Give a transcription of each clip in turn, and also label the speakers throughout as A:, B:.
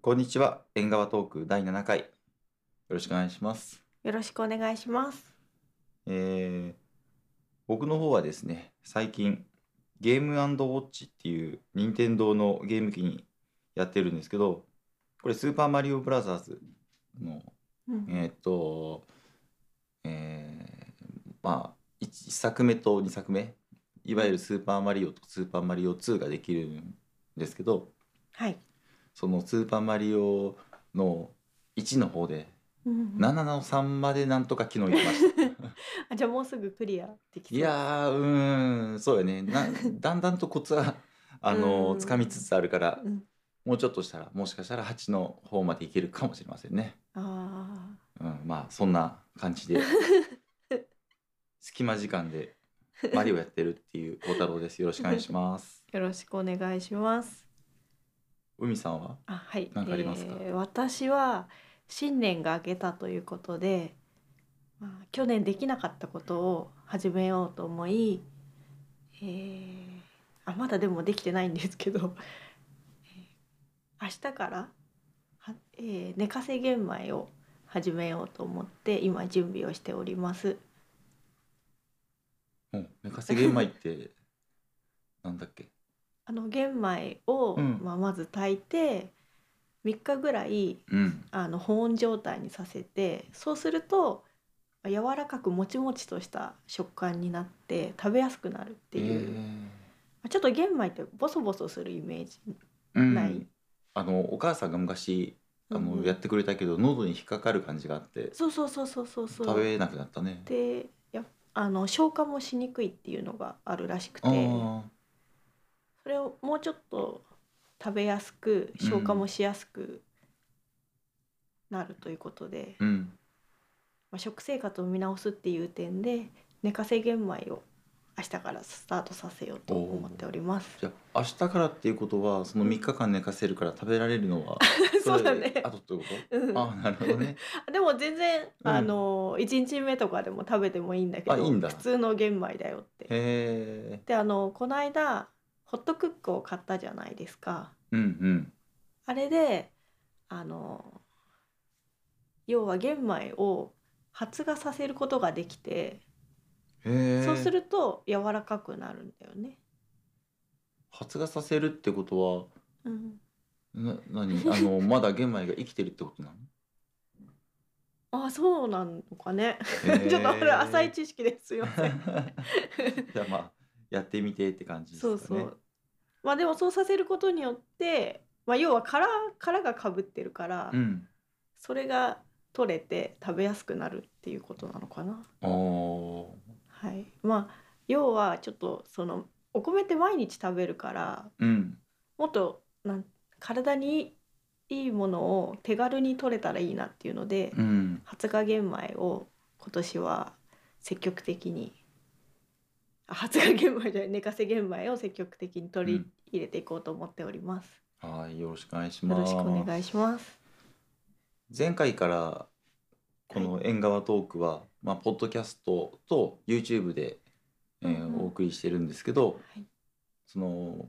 A: こんにちは、縁側トーク第7回。よろしくお願いします。
B: よろしくお願いします。
A: えー僕の方はですね、最近、ゲームウォッチっていう、任天堂のゲーム機にやってるんですけど、これ、スーパーマリオブラザーズの、
B: うん、
A: えーっと、えーまあ、1, 作目と2作目、いわゆるスーパーマリオとスーパーマリオ2ができるんですけど、
B: はい。
A: その「スーパーマリオ」の1の方で
B: うん
A: 7の3までなんとか昨日行きました
B: あじゃあもうすぐクリアできそう。
A: いやーうーんそうよねなだんだんとコツはあの
B: うん
A: つかみつつあるから
B: うん。
A: もうちょっとしたらもしかしたら8の方までいけるかもしれませんね、
B: あ
A: うん、まあそんな感 じで隙間時間でマリオやってるっていう孝太郎ですよろしくお願いします
B: あ、よろしくお願いします。
A: 海さんは
B: あ、はい。
A: なんかありますか
B: えー私は新年が明けたということで、まあ、去年できなかったことを始めようと思い、えーあまだでもできてないんですけど、えー明日からは、えー寝かせ玄米を始めようと思って今準備をしております。
A: うん寝かせ玄米ってなんだっけ
B: あの玄米を、
A: うん
B: まあ、まず炊いて3日ぐらい
A: うん
B: あの保温状態にさせてそうすると柔らかくもちもちとした食感になって食べやすくなるっていう、まあちょっと玄米ってボソボソするイメージ、
A: うん
B: ない
A: あのお母さんが昔あの、
B: うん
A: やってくれたけど喉に引っかかる感じがあって
B: そうそうそうそうそうそう
A: 食べなくなったね。
B: でやあの消化もしにくいっていうのがあるらしくて
A: あー
B: それをもうちょっと食べやすく消化もしやすくなるということで。
A: うん
B: まあ、食生活を見直すっていう点で寝かせ玄米を明日からスタートさせようと思っております。
A: じゃあ明日からっていうことはその3日間寝かせるから食べられるのは
B: そうだ
A: れ
B: ね。
A: あとってこと
B: うん
A: あーなるほどね。
B: でも全然、
A: うん
B: あの一日目とかでも食べてもいいんだけど
A: あいいんだ
B: 普通の玄米だよって。
A: へえ。
B: であのこの間ホットクックを買ったじゃないですか。
A: うん
B: あれであの要は玄米を発芽させることができて、
A: うん。へえ。
B: そうすると柔らかくなるんだよね。
A: 発芽させるってことは
B: うん、
A: な何あ のまだ玄米が生きてるってことなの？
B: あそうなのかね。
A: へー。
B: ちょっとこれ浅い。知識ですよ
A: じゃあまあやってみてって感じですか
B: そ
A: ね。
B: うそう。まあでもそうさせることによって、まあ要は殻殻が被ってるから、
A: うん。
B: それが取れて食べやすくなるっていうことなのかな。
A: あー
B: はい。まあ要はちょっとそのお米って毎日食べるから、
A: うん
B: もっとなん体にいいものを手軽に取れたらいいなっていうので、
A: うん
B: 発芽玄米を今年は積極的にあ発芽玄米じゃない寝かせ玄米を積極的に取り入れていこうと思っております。
A: はいよろしくお願いし
B: よ
A: ま
B: ろ
A: す
B: しくお願いします。
A: 前回からこの縁側トークは、まあポッドキャストと YouTube で、えー
B: うんうん
A: お送りしてるんですけど
B: はい、
A: その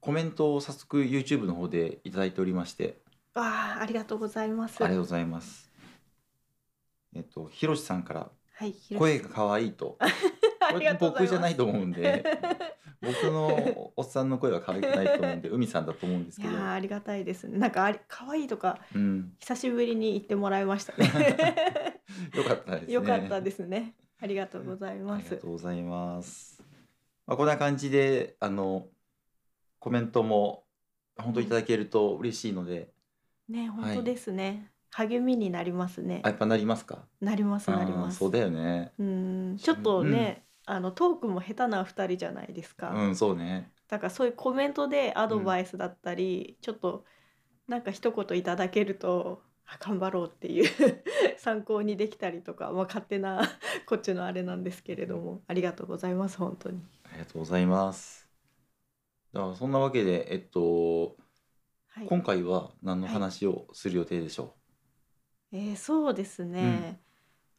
A: コメントを早速 YouTube の方でいただいておりまして
B: わあありがとうございます。
A: ありがとうございますえっとひろしさんから
B: はい、ひろし
A: 声が可愛いと
B: あ
A: こ
B: り
A: れ
B: がとうご
A: 僕
B: ざいます
A: じゃないと思うんで 僕のおっさんの声は可愛くないと思うんで海さんだと思うんです
B: い
A: け
B: や
A: ど、
B: ーありがたいですね。なんかあり可愛いとか
A: うん、
B: 久しぶりに言ってもらいました ね。
A: よかったですね。
B: よかったですね。ありがとうござい
A: あ
B: ま
A: りが
B: す
A: と。うございます。まあ、こんな感じで、あの、コメントも、本当いただけると嬉しいので、
B: ね本当ですね、励みになりますね
A: あ、。やっぱなりますか。
B: なりますなり
A: あ
B: ま
A: ー
B: す。
A: そうだよね。
B: うんちょっとね、あのトークも下手な2人じゃないですか、
A: うん、そうね。
B: だからそういうコメントでアドバイスだったり、ちょっとなんか一言いただけるとあ頑張ろうっていう 参考にできたりとか、まあ、勝手なこっちのあれなんですけれどもありがとうございます本当に。
A: ありがとうございます。だからそんなわけで、えっと、
B: はい、
A: 今回は何の話をする予定でしょ
B: えーそうですね、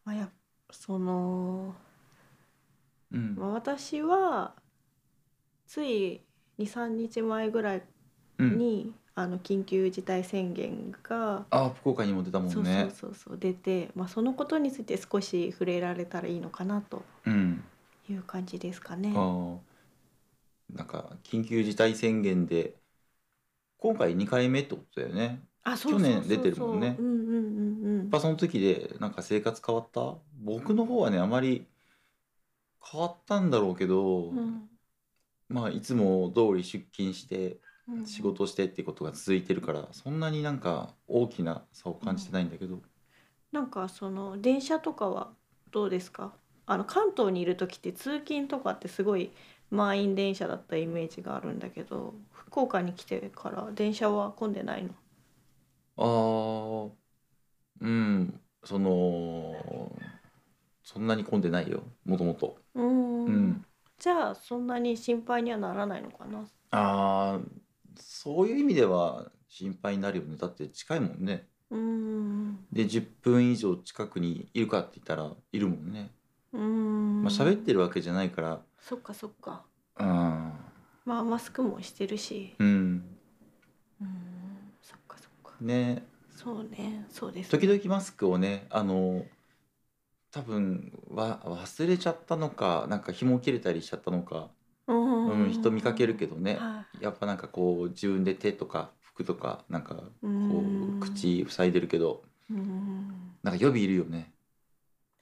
B: まあ、やその、
A: う。うん。
B: まあ、私はつい23日前ぐらい
A: うん、
B: に、あの緊急事態宣言が、
A: ああ福岡にも出たもんね
B: そうそうそうそう出て、まあ、そのことについて少し触れられたらいいのかなと
A: うん
B: いう感じですかね。
A: ああなんか緊急事態宣言で今回2回目ってことだよね
B: あそうそうそうそう
A: 去年出てるもんね
B: うんうんうんう
A: や
B: ん
A: っぱその時でなんか生活変わった僕の方はねあまり変わったんだろうけど、
B: うん
A: まあいつも通り出勤して
B: うん。
A: 仕事してってことが続いてるからそんなになんか大きな差を感じてないんだけど、
B: なんかその電車とかはどうですかあの関東にいる時って通勤とかってすごい満員電車だったイメージがあるんだけど福岡に来てから電車は混んでないの
A: あーうんそのそんなに混んでないよもともと。
B: うーん
A: うん
B: じゃあそんなに心配にはならないのかな
A: あーそういう意味では心配になるよねだって近いもんね
B: うーん
A: で10分以上近くにいるかって言ったらいるもんね、
B: うーん
A: まあ喋ってるわけじゃないから
B: そっかそっか
A: うん
B: まあマスクもしてるし
A: うん
B: うーんそっかそっか
A: ね
B: そうねそうですね
A: 時々マスクをねあの多分わ忘れちゃったのかなんか紐切れたりしちゃったのか、
B: うー
A: うん、人見かけるけどね、
B: は
A: やっぱなんかこう自分で手とか服とかなんかこ
B: いうーん
A: 口塞いでるけど
B: うーん
A: なんか予備いるよね。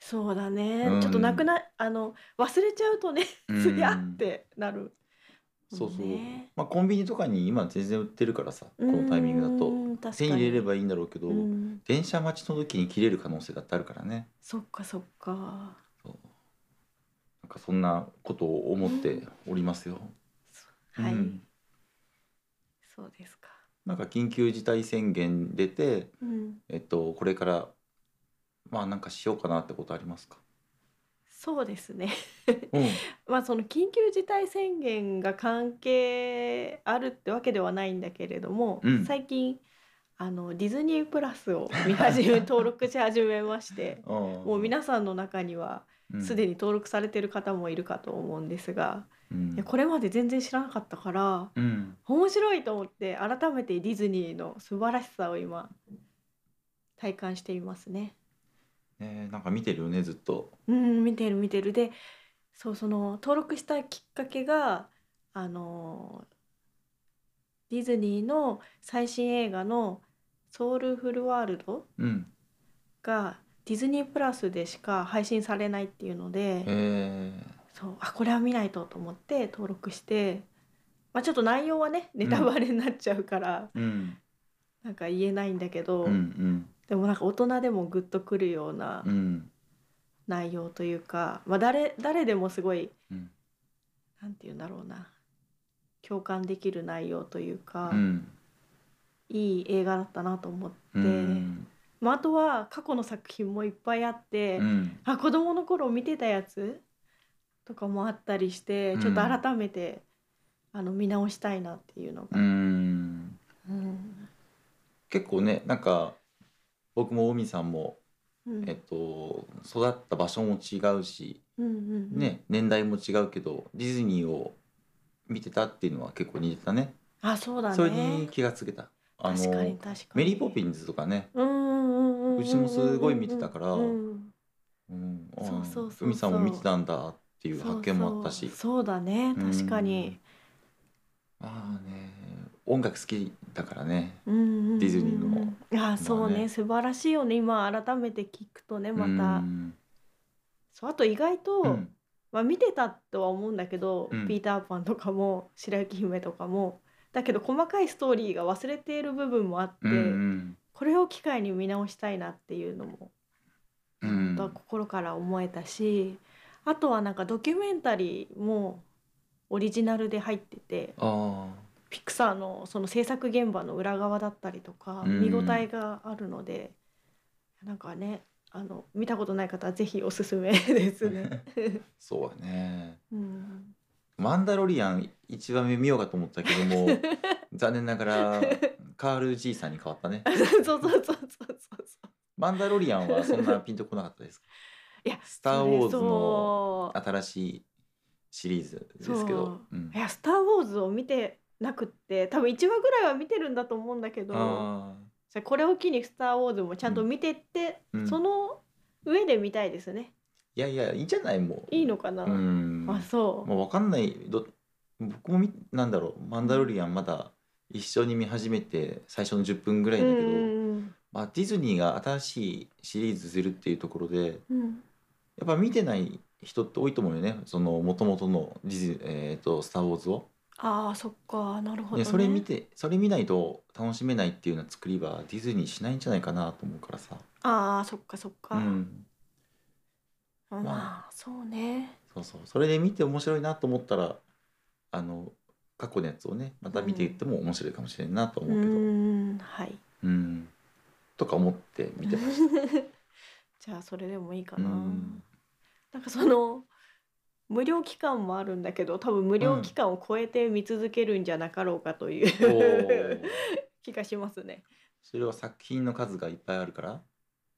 B: そうだね、
A: うん
B: ちょっとなくなあの忘れちゃうとね
A: うん
B: つやってなる、
A: そうそう、
B: ね
A: まあコンビニとかに今全然売ってるからさこのタイミングだ
B: う
A: と
B: ーん確か
A: 手
B: に
A: に入れればいいんだろうけど、
B: うん
A: 電車待ちの時に切れる可能性だってあるからね
B: そっかそっか
A: なんかそんなことを思っておりますよ、
B: そはい、
A: うん
B: そうですか
A: なんか緊急事態宣言出て
B: うん
A: えっとこれからまあなんかしようかなってことありますか、
B: そうですね
A: うん、
B: まあその緊急事態宣言が関係あるってわけではないんだけれども、
A: うん
B: 最近あのディズニープラスを見 始め登録し始めまして もう皆さんの中にはすで
A: に、
B: に登録されてる方もいるかと思うんですが、
A: うん
B: いやこれまで全然知らなかったから
A: うん
B: 面白いと思って改めてディズニーの素晴らしさを今体感していますね。
A: ね、なんか見てるよねずっと
B: うん見てる見てるでそうその登録したきっかけがあのディズニーの最新映画の「ソウルフルワールド
A: うん」
B: がディズニープラスでしか配信されないっていうので。
A: え
B: そうあこれは見ないとと思って登録して、まあ、ちょっと内容はねネタバレになっちゃうから、
A: ー、うん
B: なんか言えないんだけど、
A: うん
B: でもなんか大人でもグッとくるような
A: うんうん
B: 内容というか、まあ、誰誰でもすごい
A: うん
B: なんて言うんだろうな共感できる内容というか、
A: うん
B: いい映画だったなと思って、
A: うん
B: まあ、あとは過去の作品もいっぱいあって、
A: うん
B: あ子供の頃見てたやつとかもあったりして、
A: うん
B: ちょっと改めてあの見直したいなっていうの
A: う
B: が、
A: ん
B: うん
A: 結構ねなんか僕も近江さんも、
B: うん
A: えっと、育った場所も違うし、
B: うんうんうん
A: ね、年代も違うけどディズニーを見てたっていうのは結構似てたね
B: あそうだね
A: それに気がつけたあ
B: 確かに
A: の
B: 確かに
A: メリー・ポピ
B: ン
A: ンズとかね、
B: う
A: うちもすごい見てたから
B: うん
A: うん、あ
B: そうそうそうそう
A: 海さんも見てたんだっていう発見もあったし
B: そうそうそうだね確かに、
A: まあね音楽好きだからね
B: うんうんうん
A: ディズニーの
B: あそうね,、
A: まあね
B: 素晴らしいよね今改めて聞くとねまた、
A: うん
B: そうあと意外と、
A: うん
B: まあ、見てたとは思うんだけど、
A: うん
B: ピーター・パンとかも白雪姫とかもだけど細かいストーリーが忘れている部分もあって、
A: うんうん
B: これを機会に見直したいなっていうのも、
A: うん
B: とは心から思えたしあとはなんかドキュメンタリーもオリジナルで入ってて
A: あ
B: ピクサーのその制作現場の裏側だったりとか
A: うん
B: 見応えがあるので、なんかねあの見たことない方はぜひおすすめですね。
A: ー そうだね
B: うん
A: マンダロリアン一番目見ようかと思ったけど も残念ながらカール爺さんに変わったね
B: そうそうそうそうそうそう。
A: マンダロリアンはそんなピンとこなかったです
B: いや
A: スター・ウォーズの
B: そ
A: 新しいシリーズですけ
B: そ
A: ど、うん
B: ういやスターウォーズを見てなくって多分1話ぐらいは見てるんだと思うんだけど
A: あ
B: じゃあこれを機に「スター・ウォーズ」もちゃんと見てって、
A: うんうん
B: その上で見たいですね
A: ーいやいやいいじゃないもう
B: いい
A: の
B: のかな、
A: うん
B: あそう、
A: もう分かんないど僕もみなんだろう「マンダロリアン」まだ一緒に見始めて最初の10分ぐらいだ
B: う
A: けど、
B: ん
A: まあ、ディズニーが新しいシリーズするっていうところで
B: うんうん
A: やっぱ見てない人って多いと思うよねその元々のディズ、えーと「スター・ウォーズを」
B: ああそっかなるほど、
A: ね
B: ね、
A: それ見てそれ見ないと楽しめないっていうような作りはディズニーしないんじゃないかなと思うからさ、
B: ああそっかそっか、
A: うん、
B: まあそうね
A: そうそうそれで見て面白いなと思ったらあの過去のやつをねまた見ていっても面白いかもしれんなと
B: う
A: 思うけど、うん
B: ーんはい
A: とか思って見てまし
B: じゃあそれでもいいか
A: た。う
B: な、
A: ん
B: なんかその無料期間もあるんだけど多分無料期間を超えて見続けるんじゃなかろうかと い
A: お
B: う、
A: ー
B: 気がしますね。
A: それは作品の数がいっぱいあるからっ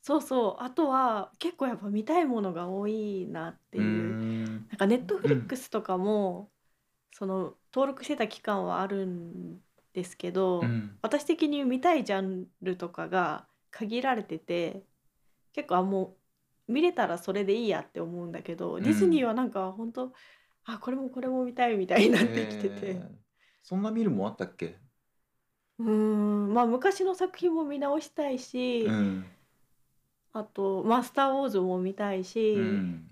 B: そうそうあとは結構やっぱ見たいものが多いなって
A: て
B: いう、
A: いう
B: なんかネットフリックスとかも、その登録してた期間はあるんですけど、
A: うん
B: 私的に見たいジャンルとかが限られてて結構あもう見れたらそれでいいやって思うんだけど、
A: ん
B: ディズニーはなんか本当あこれもこれも見たいみたいになってきてて、
A: えーそんな見るもんあったっけ、
B: うーんまあ昔の作品も見直したいし、
A: うん
B: あと「まあ、スター・ウォーズ」も見たいし、
A: うん、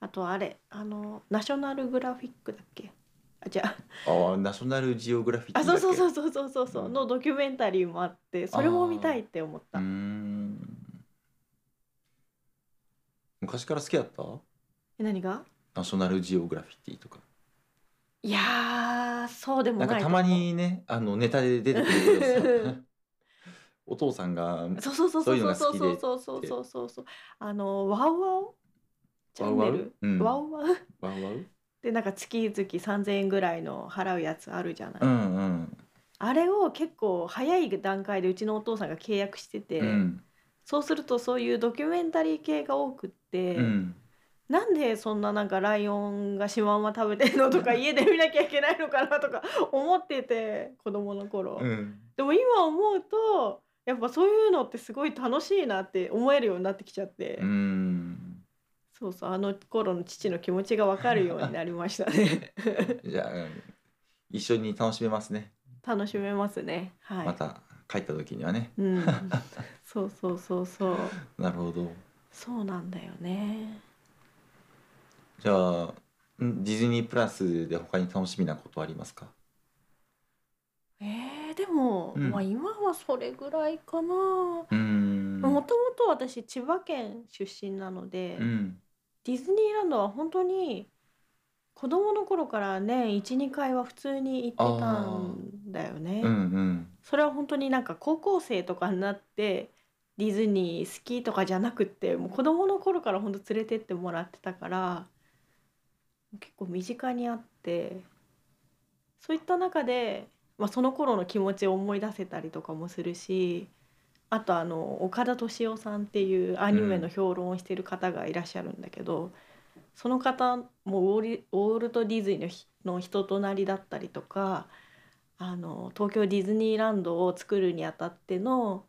B: あとあれあのナショナルグラフィックだっけあじゃあ
A: ああナショナルジオグラフィック
B: あそうそうそううそうそうそうそう
A: うん
B: のドキュメンタリーもあってそれも見たいって思っ
A: う
B: た
A: ーん昔から好きだった
B: え何が
A: ナショナルジオグラフィティとか
B: いやーそうでも
A: な
B: ない
A: んかた
B: と思
A: ま
B: う
A: にねあのネタで出てくるけ どさお父さんが
B: そうそうそ
A: そ
B: うそうう
A: いうの
B: そう
A: が好
B: そ
A: き
B: う
A: で
B: そうそうそうそうそうあのワウワウチャンネル
A: ワウワウうん
B: ワウワウ
A: ワウワウ
B: でなんか月々3000円ぐらいの払うやつあるじゃない、
A: うんうん、
B: あれを結構早い段階でうちのお父さんが契約してて、
A: うん
B: そうするとそういうドキュメンタリー系が多くって、
A: うん
B: なんでそんななんかライオンがシマウマ食べてるのとか家で見なきゃいけないのかなとか思ってて子供の頃、
A: うん
B: でも今思うとやっぱそういうのってすごい楽しいなって思えるようになってきちゃって、
A: うん
B: そうそうあの頃の父の気持ちが分かるようになりまし たね
A: じゃあ、うん一緒に楽しめますね、
B: 楽しめますねはい、
A: また帰った時にはね
B: うんそうそうそうそう
A: なるほど
B: そうなんだよね
A: じゃあんディズニープラスで他に楽しみなことありますか
B: えー、でも、
A: うん
B: まあ今はそれぐらいかなも
A: うーん
B: ともと私千葉県出身なので、
A: うん
B: ディズニーランドは本当に子供の頃から年12回は普通に行ってたんだよね、
A: うんうん
B: それは本当になんか高校生とかになってディズニー好きとかじゃなくってもう子供の頃から本当連れてってもらってたから結構身近にあってそういった中で、まあ、その頃の気持ちを思い出せたりとかもするしあとあの岡田敏夫さんっていうアニメの評論をしてる方がいらっしゃるんだけど、その方もウォーリウォールト・ディズニーのひの人となりだったりとかあの東京ディズニーランドを作るにあたっての、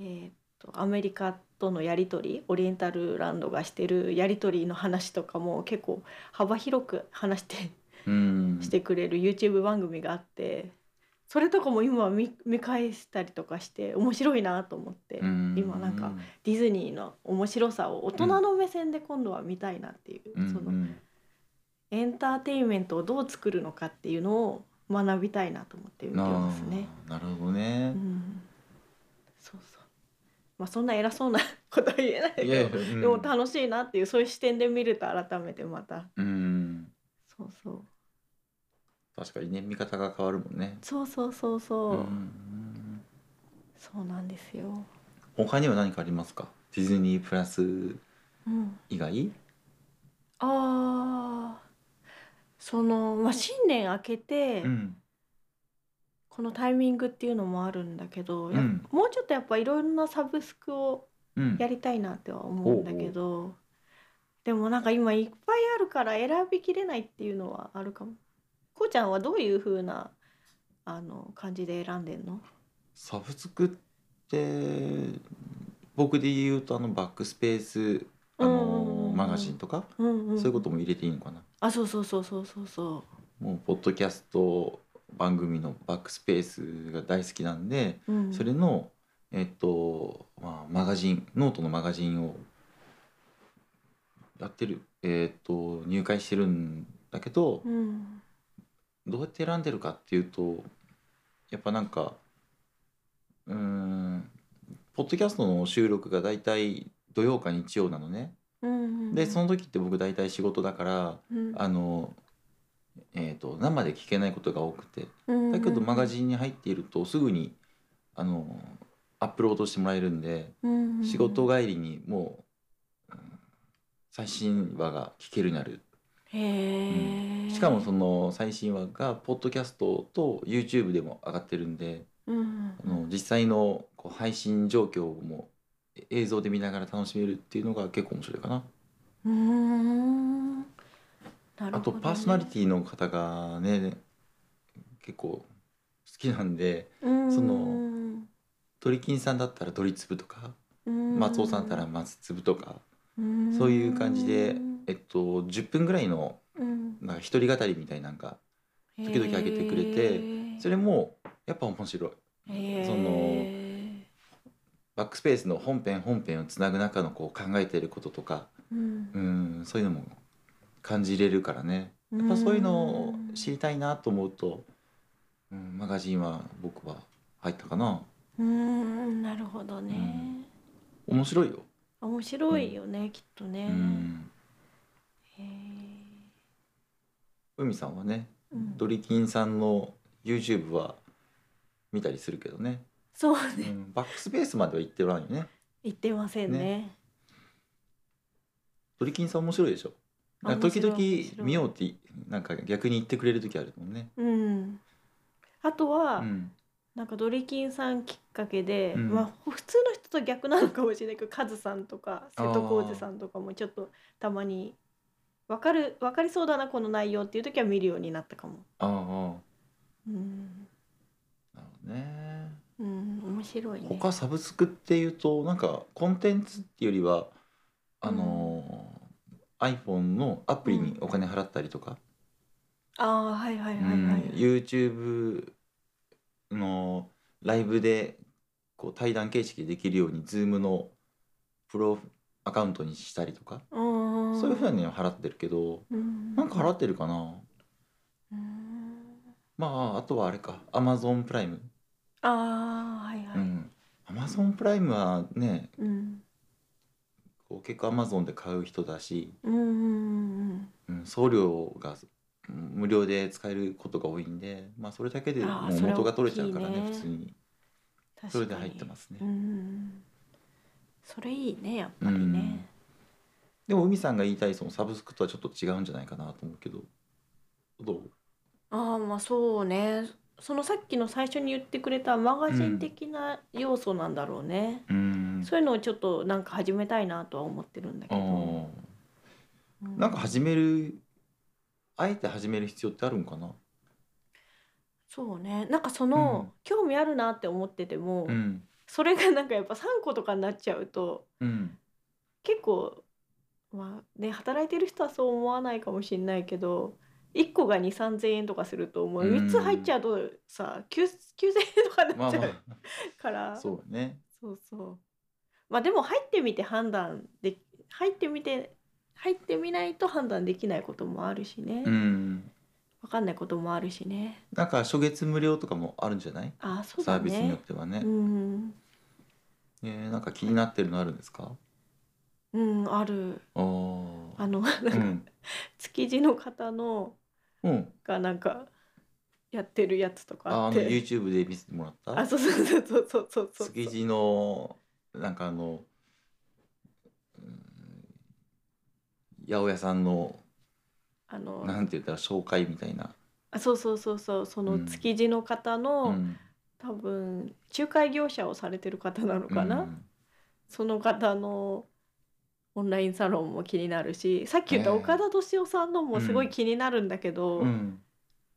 B: えーっとアメリカとのやり取りオリエンタルランドがしてるやり取りの話とかも結構幅広く話して
A: うん
B: してくれる YouTube 番組があってそれとかも今は見見返したりとかして面白いなと思って、今なんかディズニーの面白さを大人の目線で今度は見たいなっていう、
A: うん
B: その
A: うん
B: エンターテインメントをどう作るのかっていうのを学びたいなと思って見てますね。
A: あーなるほどね
B: う、ん、そうそう。まあそんな偉そうなことは言えないけ
A: い
B: ど、
A: やいや
B: でも
A: うん
B: 楽しいなっていうそういう視点で見ると改めてまた
A: うん
B: そうそう
A: 確かにね見方が変わるもんね
B: そうそうそうそう、
A: うん
B: そうなんですよ。
A: 他には何かありますかディズニープラス
B: うん、
A: 以外
B: ああその、まあ、新年明けて、
A: うん
B: このタイミングっていうのもあるんだけど、やっ
A: うん
B: もうちょっとやっぱいろんなサブスクを
A: うん
B: やりたいなっては思うんだけどでもなんか今いっぱいあるから選びきれないっていうのはあるかも。こうちゃんはどういう風なあの感じで選んでんの
A: サブスクって僕で言うとあのバックスペースあ
B: うんうんうん
A: の
B: うん
A: マガジンとか
B: うんうん
A: そういうことも入れていいのかな
B: あそうそうそうそうそうそ
A: もうポッドキャスト番組のバックスペースが大好きなんで
B: う、うん、
A: それのえっとまあマガジンノートのマガジンをやってるえっと入会してるんだけど
B: うん
A: どうやって選んでるかっていうとやっぱなんかうーんポッドキャストの収録が大体土曜か日曜なのね。
B: うんうん、
A: でその時って僕大体仕事だから
B: うん、
A: あの、えー、と生で聞けないことが多くて
B: うん
A: だけどマガジンに入っているとすぐにあのアップロードしてもらえるんで
B: ン
A: 仕事帰りにもう、うん最新話が聞けるようになる
B: へえ
A: しかもその最新話がポッドキャストと YouTube でも上がってるんで
B: うん
A: あの実際のこう配信状況もえ映像で見ながら楽しめるっていうのが結構面白いかな。
B: うーんなるほどね
A: あとパーソナリティの方がね結構好きなんで
B: うん
A: その鳥金さんだったら鳥粒とか
B: うん
A: 松尾さんだったら松粒とか
B: うん
A: そういう感じでえっと10分ぐらいの
B: うん
A: なんか一人語りみたいなんか時々上げてくれて
B: へー
A: それもやっぱ面白い
B: へー
A: そバックスペースの本編本編をつなぐ中のこう考えてることとか
B: うん
A: うんそういうのも感じれるからねやっぱそういうのを
B: うん
A: 知りたいなと思うと、うん、マガジンは僕は入ったかな
B: うーんなるほどね、
A: 面白いよ、
B: 面白いよね、きっと
A: う
B: ね、
A: ん、
B: へー
A: 海さんはね
B: うん
A: ドリキンさんの YouTube は見たりするけどね、
B: そう
A: う
B: ね
A: ん、バックスペースまでは行っておらんよね
B: 言ってませんね
A: ドリキンさん面白いでしょ
B: あ
A: なんか時々
B: 面白い
A: 見ようってなんか逆に言ってくれる時あるもんね、
B: うんあと
A: う
B: は、
A: ん、
B: なんかドリキンさんきっかけで、
A: うん
B: まあ普通の人と逆なのかもしれないけどカズさんとか瀬戸康史さんとかもちょっとたまに分かる分かりそうだなこの内容っていう時は見るようになったかも。
A: あああ
B: うん、
A: あなるほどね
B: うん、面白いね。
A: 他サブスクっていうとなんかコンテンツっていうよりはあのー iPhone のアプリにお金払ったりとか、
B: ああはいはいはいはい。
A: うん YouTube のライブでこう対談形式でできるように Zoom のプロアカウントにしたりとか、
B: うん
A: そういうふうには払ってるけど
B: うん、
A: なんか払ってるかな
B: うん
A: まああとはあれか Amazon プライム、
B: ああはいはい。
A: うん、Amazon プライムはね
B: うん
A: こう結構 Amazon で買う人だし
B: うんうん
A: うん、送料がうん無料で使えることが多いんで、まあ、それだけで
B: あ
A: も
B: ー
A: う
B: それは
A: 元が取れちゃうから
B: 大き
A: ね
B: いね
A: 普通に
B: うん、
A: それで入ってますすね、
B: うん、それいいねやっぱりね。
A: でも海さんが言いたいそのサブスクとはちょっと違うんじゃないかなと思うけどどう
B: ああまあそうねそのさっきの最初に言ってくれたマガジン的な要素なんだろうね、
A: うん
B: そういうのをちょっとなんか始めたいなとは思ってるんだけ
A: あ
B: ど、
A: ー
B: う
A: なんか始めるあえて始める必要ってあるんかな
B: そうねなんかその、興味あるなって思ってても、
A: うん
B: それがなんかやっぱ3個とかになっちゃうと
A: うん
B: 結構まあね働いてる人はそう思わないかもしれないけど1個が2 3 0円とかするともう3つ入っちゃうとさ、9 9000円とかに
A: ま
B: なっ
A: あ
B: ちゃう
A: ま
B: から。
A: あそうだね
B: そうそう。まあでも入ってみて判断で入ってみて入ってみないと判断できないこともあるしね。
A: う
B: わ、
A: ん
B: かんないこともあるしね。
A: なんか初月無料とかもあるんじゃない、
B: あそう
A: サ
B: だ
A: ービスによっ
B: ね。
A: てはね
B: う、ん、
A: えーなんか気になってるのあるんですか
B: うん、ある。
A: ああ
B: あの、
A: うん
B: 築地の方の
A: うん
B: がなんかやってるやつとか
A: あ
B: あ
A: あ
B: っ
A: の
B: て。
A: YouTube で見せてもらった
B: あそうそうそうそうそうそうそう。
A: 築地のなんかあのうん八百屋さんの
B: あの
A: なんて言ったら紹介みたいな、
B: あそうそうそうそうそうの
A: ん
B: 築地の方
A: う
B: の、
A: ん
B: 多分仲介業者をされてる方なのか
A: う
B: な。
A: ん
B: その方のオンラインサロンも気になるしさっき言った
A: ええ
B: 岡田敏夫さんのもすご
A: う
B: い
A: ん
B: 気になるんだけど、
A: うん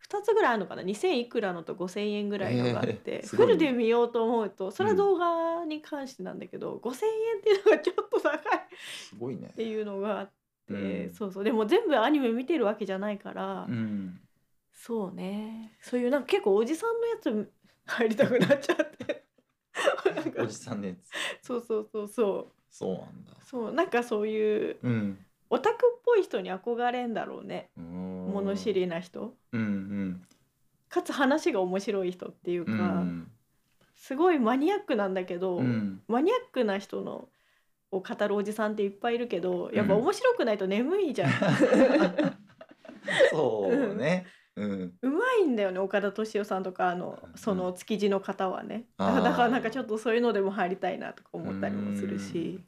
B: 2つぐらいあるのかな2000いくらのと5000円ぐらいのがあって、
A: え ーすご
B: フ
A: いね
B: ルで見ようと思うとそれは動画に関してなんだけど、5000円っていうのがちょっと高い
A: すごいね
B: っ。ていうのがあって、
A: うん
B: そうそうでも全部アニメ見てるわけじゃないから、
A: うん。
B: そうねそういうなんか結構おじさんのやつ入りたくなっちゃって なんか
A: おじさんのやつ。
B: そうそうそうそう
A: そうなんだ。
B: そうなんかそういう
A: うん。
B: オタクっぽい人に憧れんだろうね物
A: 物
B: 知。りな人
A: うん
B: かつ話が面白い人っていう
A: う
B: か、
A: ん。うん
B: すごいマニアックなんだけど、
A: うん。
B: マニアックな人のを語るおじさんっていっぱいいるけどやっぱ
A: うん
B: 面白くないと眠い じゃん、
A: そうね。うん。
B: うまいんだよね岡田斗司夫さんとかあの
A: うん
B: その築地の方はね
A: あ
B: だ
A: ー
B: だからなんかちょっとそういうのでも入りたいなとか思ったりもするし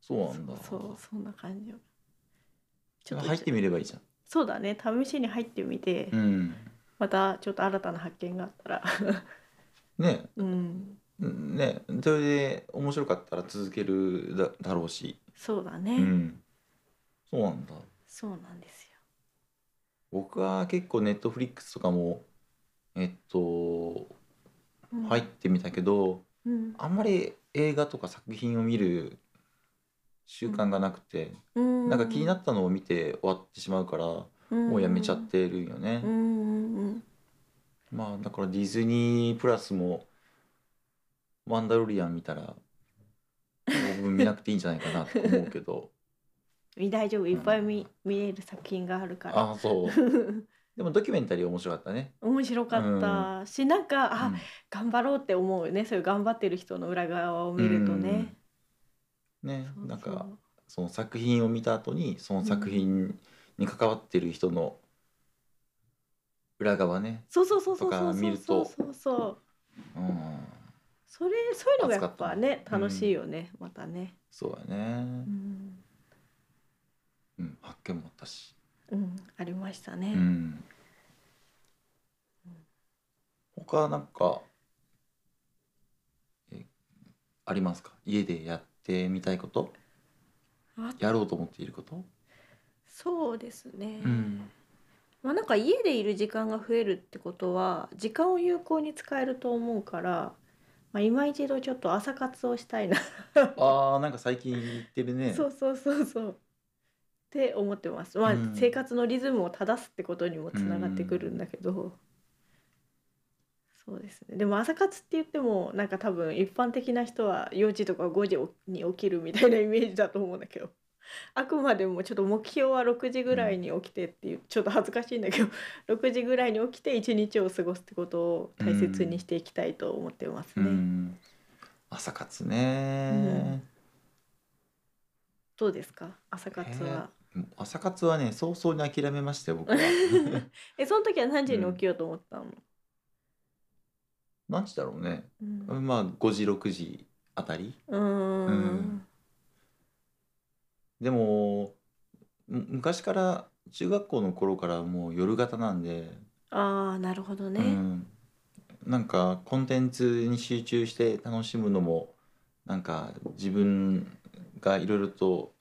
A: そう
B: そ
A: なんだ
B: う。そうそんな感じよちょっと
A: 入ってみればいいじゃん。
B: そうだね試しに入ってみて、
A: うん。
B: またちょっと新たな発見があっ たら
A: ね。
B: うん
A: うんね。それで面白かったら続けるだだろうし。
B: そうだね、
A: うん。そうなんだ。
B: そうなんですよ
A: 僕は結構ネットフリックスとかもえっと
B: うん
A: 入ってみたけど、
B: うん
A: あんまり映画とか作品を見る習慣がなくて、
B: うん
A: なんか気になったのを見て終わってしまうから、もうやめちゃってるんよね
B: う、んうんうん
A: まあだからディズニープラスも「ワンダロリアン」見たら当分見なくていいんじゃないかなと思うけ ど
B: うん大丈夫いっぱい見,、見れる作品があるから
A: ああそうでもドキュメンタリー面白かったね、
B: 面白かったし、なんかあ、
A: うん
B: 頑張ろうって思うねそういう頑張ってる人の裏側を見るとね、
A: ね
B: そうそう
A: なんかその作品を見た後にその作品に関わってる人の裏側ね、
B: そうそうそうそうそう
A: とか見る
B: そ
A: と
B: うそうそう
A: うん、
B: それそういうのがやっぱね
A: 熱かったね
B: 楽しいよね、またね
A: そうだね
B: う、ん、
A: うん、発見もあったし、
B: うん、ありましたね、
A: うん、他なんかえありますか家でやってみたいこと
B: あ
A: やろうと思っていること、
B: そうですね、
A: うん
B: まあなんか家でいる時間が増えるってことは時間を有効に使えると思うから、まあ、今一度ちょっと朝活をしたいな、
A: あーなんか最近言ってるね
B: そうそうそうそうって思ってますまあ、
A: うん
B: 生活のリズムを正すってことにもつながってくるんだけど、そうですねでも朝活って言ってもなんか多分一般的な人は4時とか5時に起きるみたいなイメージだと思うんだけど あくまでもちょっと目標は6時ぐらいに起きてっていう、ちょっと恥ずかしいんだけど6時ぐ らいに起きて一日を過ごすってことを大切にしていきたいと思ってます
A: う
B: ね。
A: ん、朝活ね、
B: うんどうですか朝活は、
A: 朝活はね早々に諦めましたよ 僕は
B: えその時は何時に起きようと思ったの、
A: 何時だろうね
B: うん
A: まあ5時6時あたり
B: うーん
A: うんでもむ昔から中学校の頃からもう夜型なんで、
B: ああなるほど
A: う
B: ね。
A: ん、なんかコンテンツに集中して楽しむのもなんか自分がいろいろと、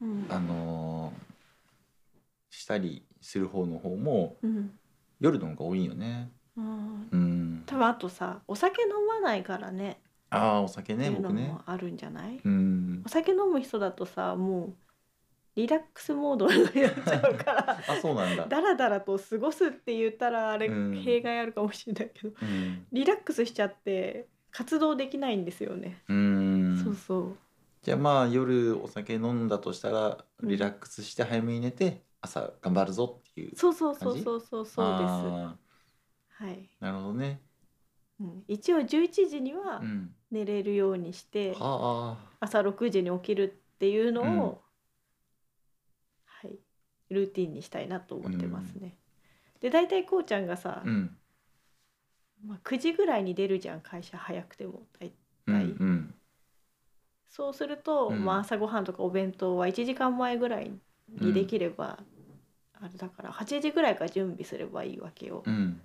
B: うん
A: あのーしたりする方の方も
B: うん
A: 夜の方が多いよね。
B: うん
A: うん、
B: 多分あとさお酒飲まないからね
A: ああーお酒
B: って
A: ね
B: いうの
A: 僕ね
B: も。あるんじゃない、
A: うん
B: お、酒飲む人だとさもうリラックスモードになっちゃうか ら
A: あそうなんだ。
B: だらだらと過ごすって言ったらあれ
A: うん
B: 弊害あるかもしれないけど、
A: うん
B: リラックスしちゃって活動できないんですよね。
A: うん
B: そうそう
A: じゃあまあ夜お酒飲んだとしたら
B: うん
A: リラックスして早めに寝て朝頑張るぞっていう。
B: そうそうそうそうそうそうです。
A: あ
B: はい。
A: ーなるほどね。
B: うん、一応11時には
A: うん。
B: 寝れるようにして、
A: はあ。
B: 朝6時に起きるっていうのを、
A: うん
B: はいルーティンにしたいなと思ってますね。で大体こうちゃんがさ、
A: うん。
B: まあ、9時ぐらいに出るじゃん会社早くても大
A: うん
B: はい
A: うん。
B: そうすると、
A: うん
B: まあ、朝ごはんとかお弁当は1時間前ぐらいにできれば、あれだから8時ぐらいから準備すればいいわけよ。
A: うん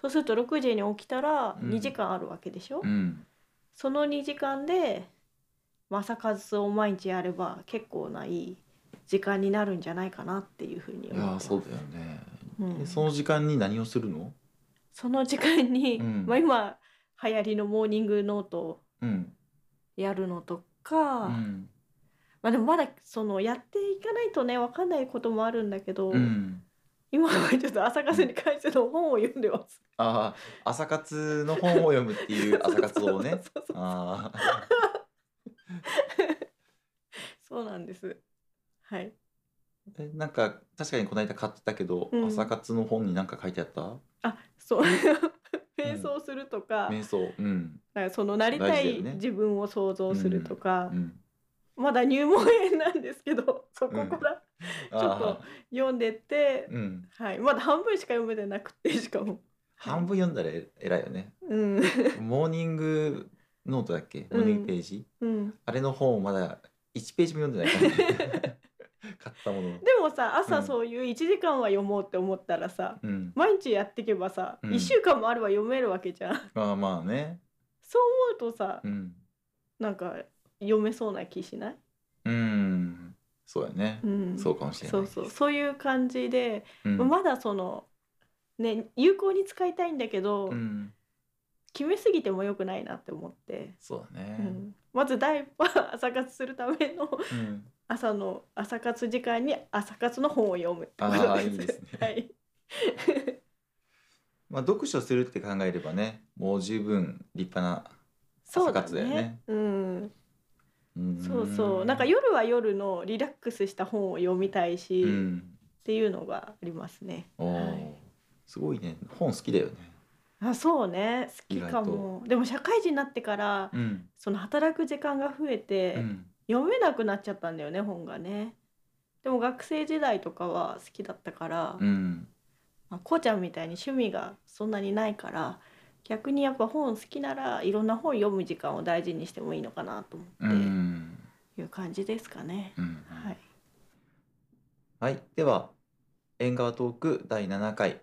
B: そうすると6時に起きたら
A: うん
B: 2時間あるわけでしょ、
A: うん。
B: その2時間で正数を毎日やれば結構ないい時間になるんじゃないかなっていうふうに
A: い
B: 思
A: や
B: って
A: ー
B: ます
A: そうだよね。
B: うん
A: えその時間に何をするの
B: その時間に、
A: うん
B: まあ、今流行りのモーニングノートを
A: うん。
B: やるのとか、
A: うん。
B: まあでもまだそのやっていかないとね分かんないこともあるんだけど、
A: うん。
B: 今はちょっと朝霞に関しての本を読んでます。
A: ああ、朝活の本を読むって いう朝活をね。
B: そうそうそう
A: ああ。
B: そうなんです。はい。
A: えなんか確かにこの間買ってたけど、
B: うん
A: 朝活の本に何か書いてあった
B: あ、そう。瞑想するとか、
A: 瞑想うん
B: なんかそのなりた
A: 大事だ
B: い
A: よね
B: 自分を想像するとか、
A: うん
B: まだ入門編なんですけど、そこから
A: ああ
B: 読んでて、
A: うん
B: はい。まだ半分しか読めてなくて、しかも。
A: 半分読んだらえ偉いよね
B: うん。
A: モーニングノートだっけモーニングページ、
B: うん。
A: あれの本をまだ1ページも読んでないから ね買ったものの
B: でもさ、
A: う
B: 朝
A: ん
B: そういう1時間は読もうって思ったらさ、
A: うん
B: 毎日やっていけばさ、
A: うん
B: 1週間もあれば読めるわけじゃん。
A: まあまあね
B: そう思うとさ、
A: うん
B: なんか読めそうな気しない、
A: うんそうやね
B: う、ん、
A: そうかもしれな
B: そ
A: いう
B: そうそういう感じで、
A: うん
B: まだそのね有効に使いたいんだけど、
A: うん
B: 決めすぎても良くないなって思って、
A: そうだ
B: う
A: ね
B: んまず第一 歩は朝活するための
A: うん
B: 朝の朝活時間に朝活の本を読むってこ
A: あ
B: と
A: あ
B: です
A: いいですね
B: はい、
A: まあ読書するって考えればねもう十分立派な
B: そうだ
A: 朝活だよね
B: うん、
A: うん
B: そうそうなんか夜は夜のリラックスした本を読みたいし、
A: う
B: っ
A: ん
B: ていうのがありますね。
A: おー
B: はい
A: すごいね本好きだよね。
B: あそうね好き
A: 意外
B: か
A: と
B: もでも社会人になってから
A: うん
B: その働く時間が増えて、
A: うん、
B: 読めなくなっちゃったんだよね本がねでも学生時代とかは好きだったから、
A: うん、
B: まあ、こうちゃんみたいに趣味がそんなにないから逆にやっぱ本好きならいろんな本読む時間を大事にしてもいいのかなと思
A: う
B: っ
A: ん、
B: ていう感じですかね、
A: うん、
B: はい
A: はい、では縁側トーク第7回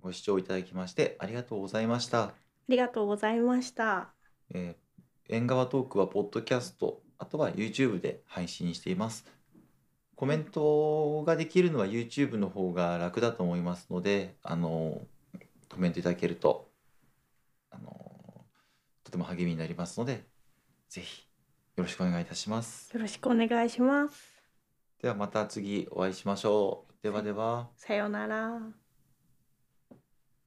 A: ご視聴いただきましてありがとうございました。
B: ありがとうございました
A: えー、縁側トークはポッドキャストあとは YouTube で配信していますコメントができるのは YouTube の方が楽だと思いますのであのーコメントいただけるとあのーとても励みになりますのでぜひよろしくお願いいたします
B: よろしくお願いします
A: ではまた次お会いしましょうではでは、
B: さようなら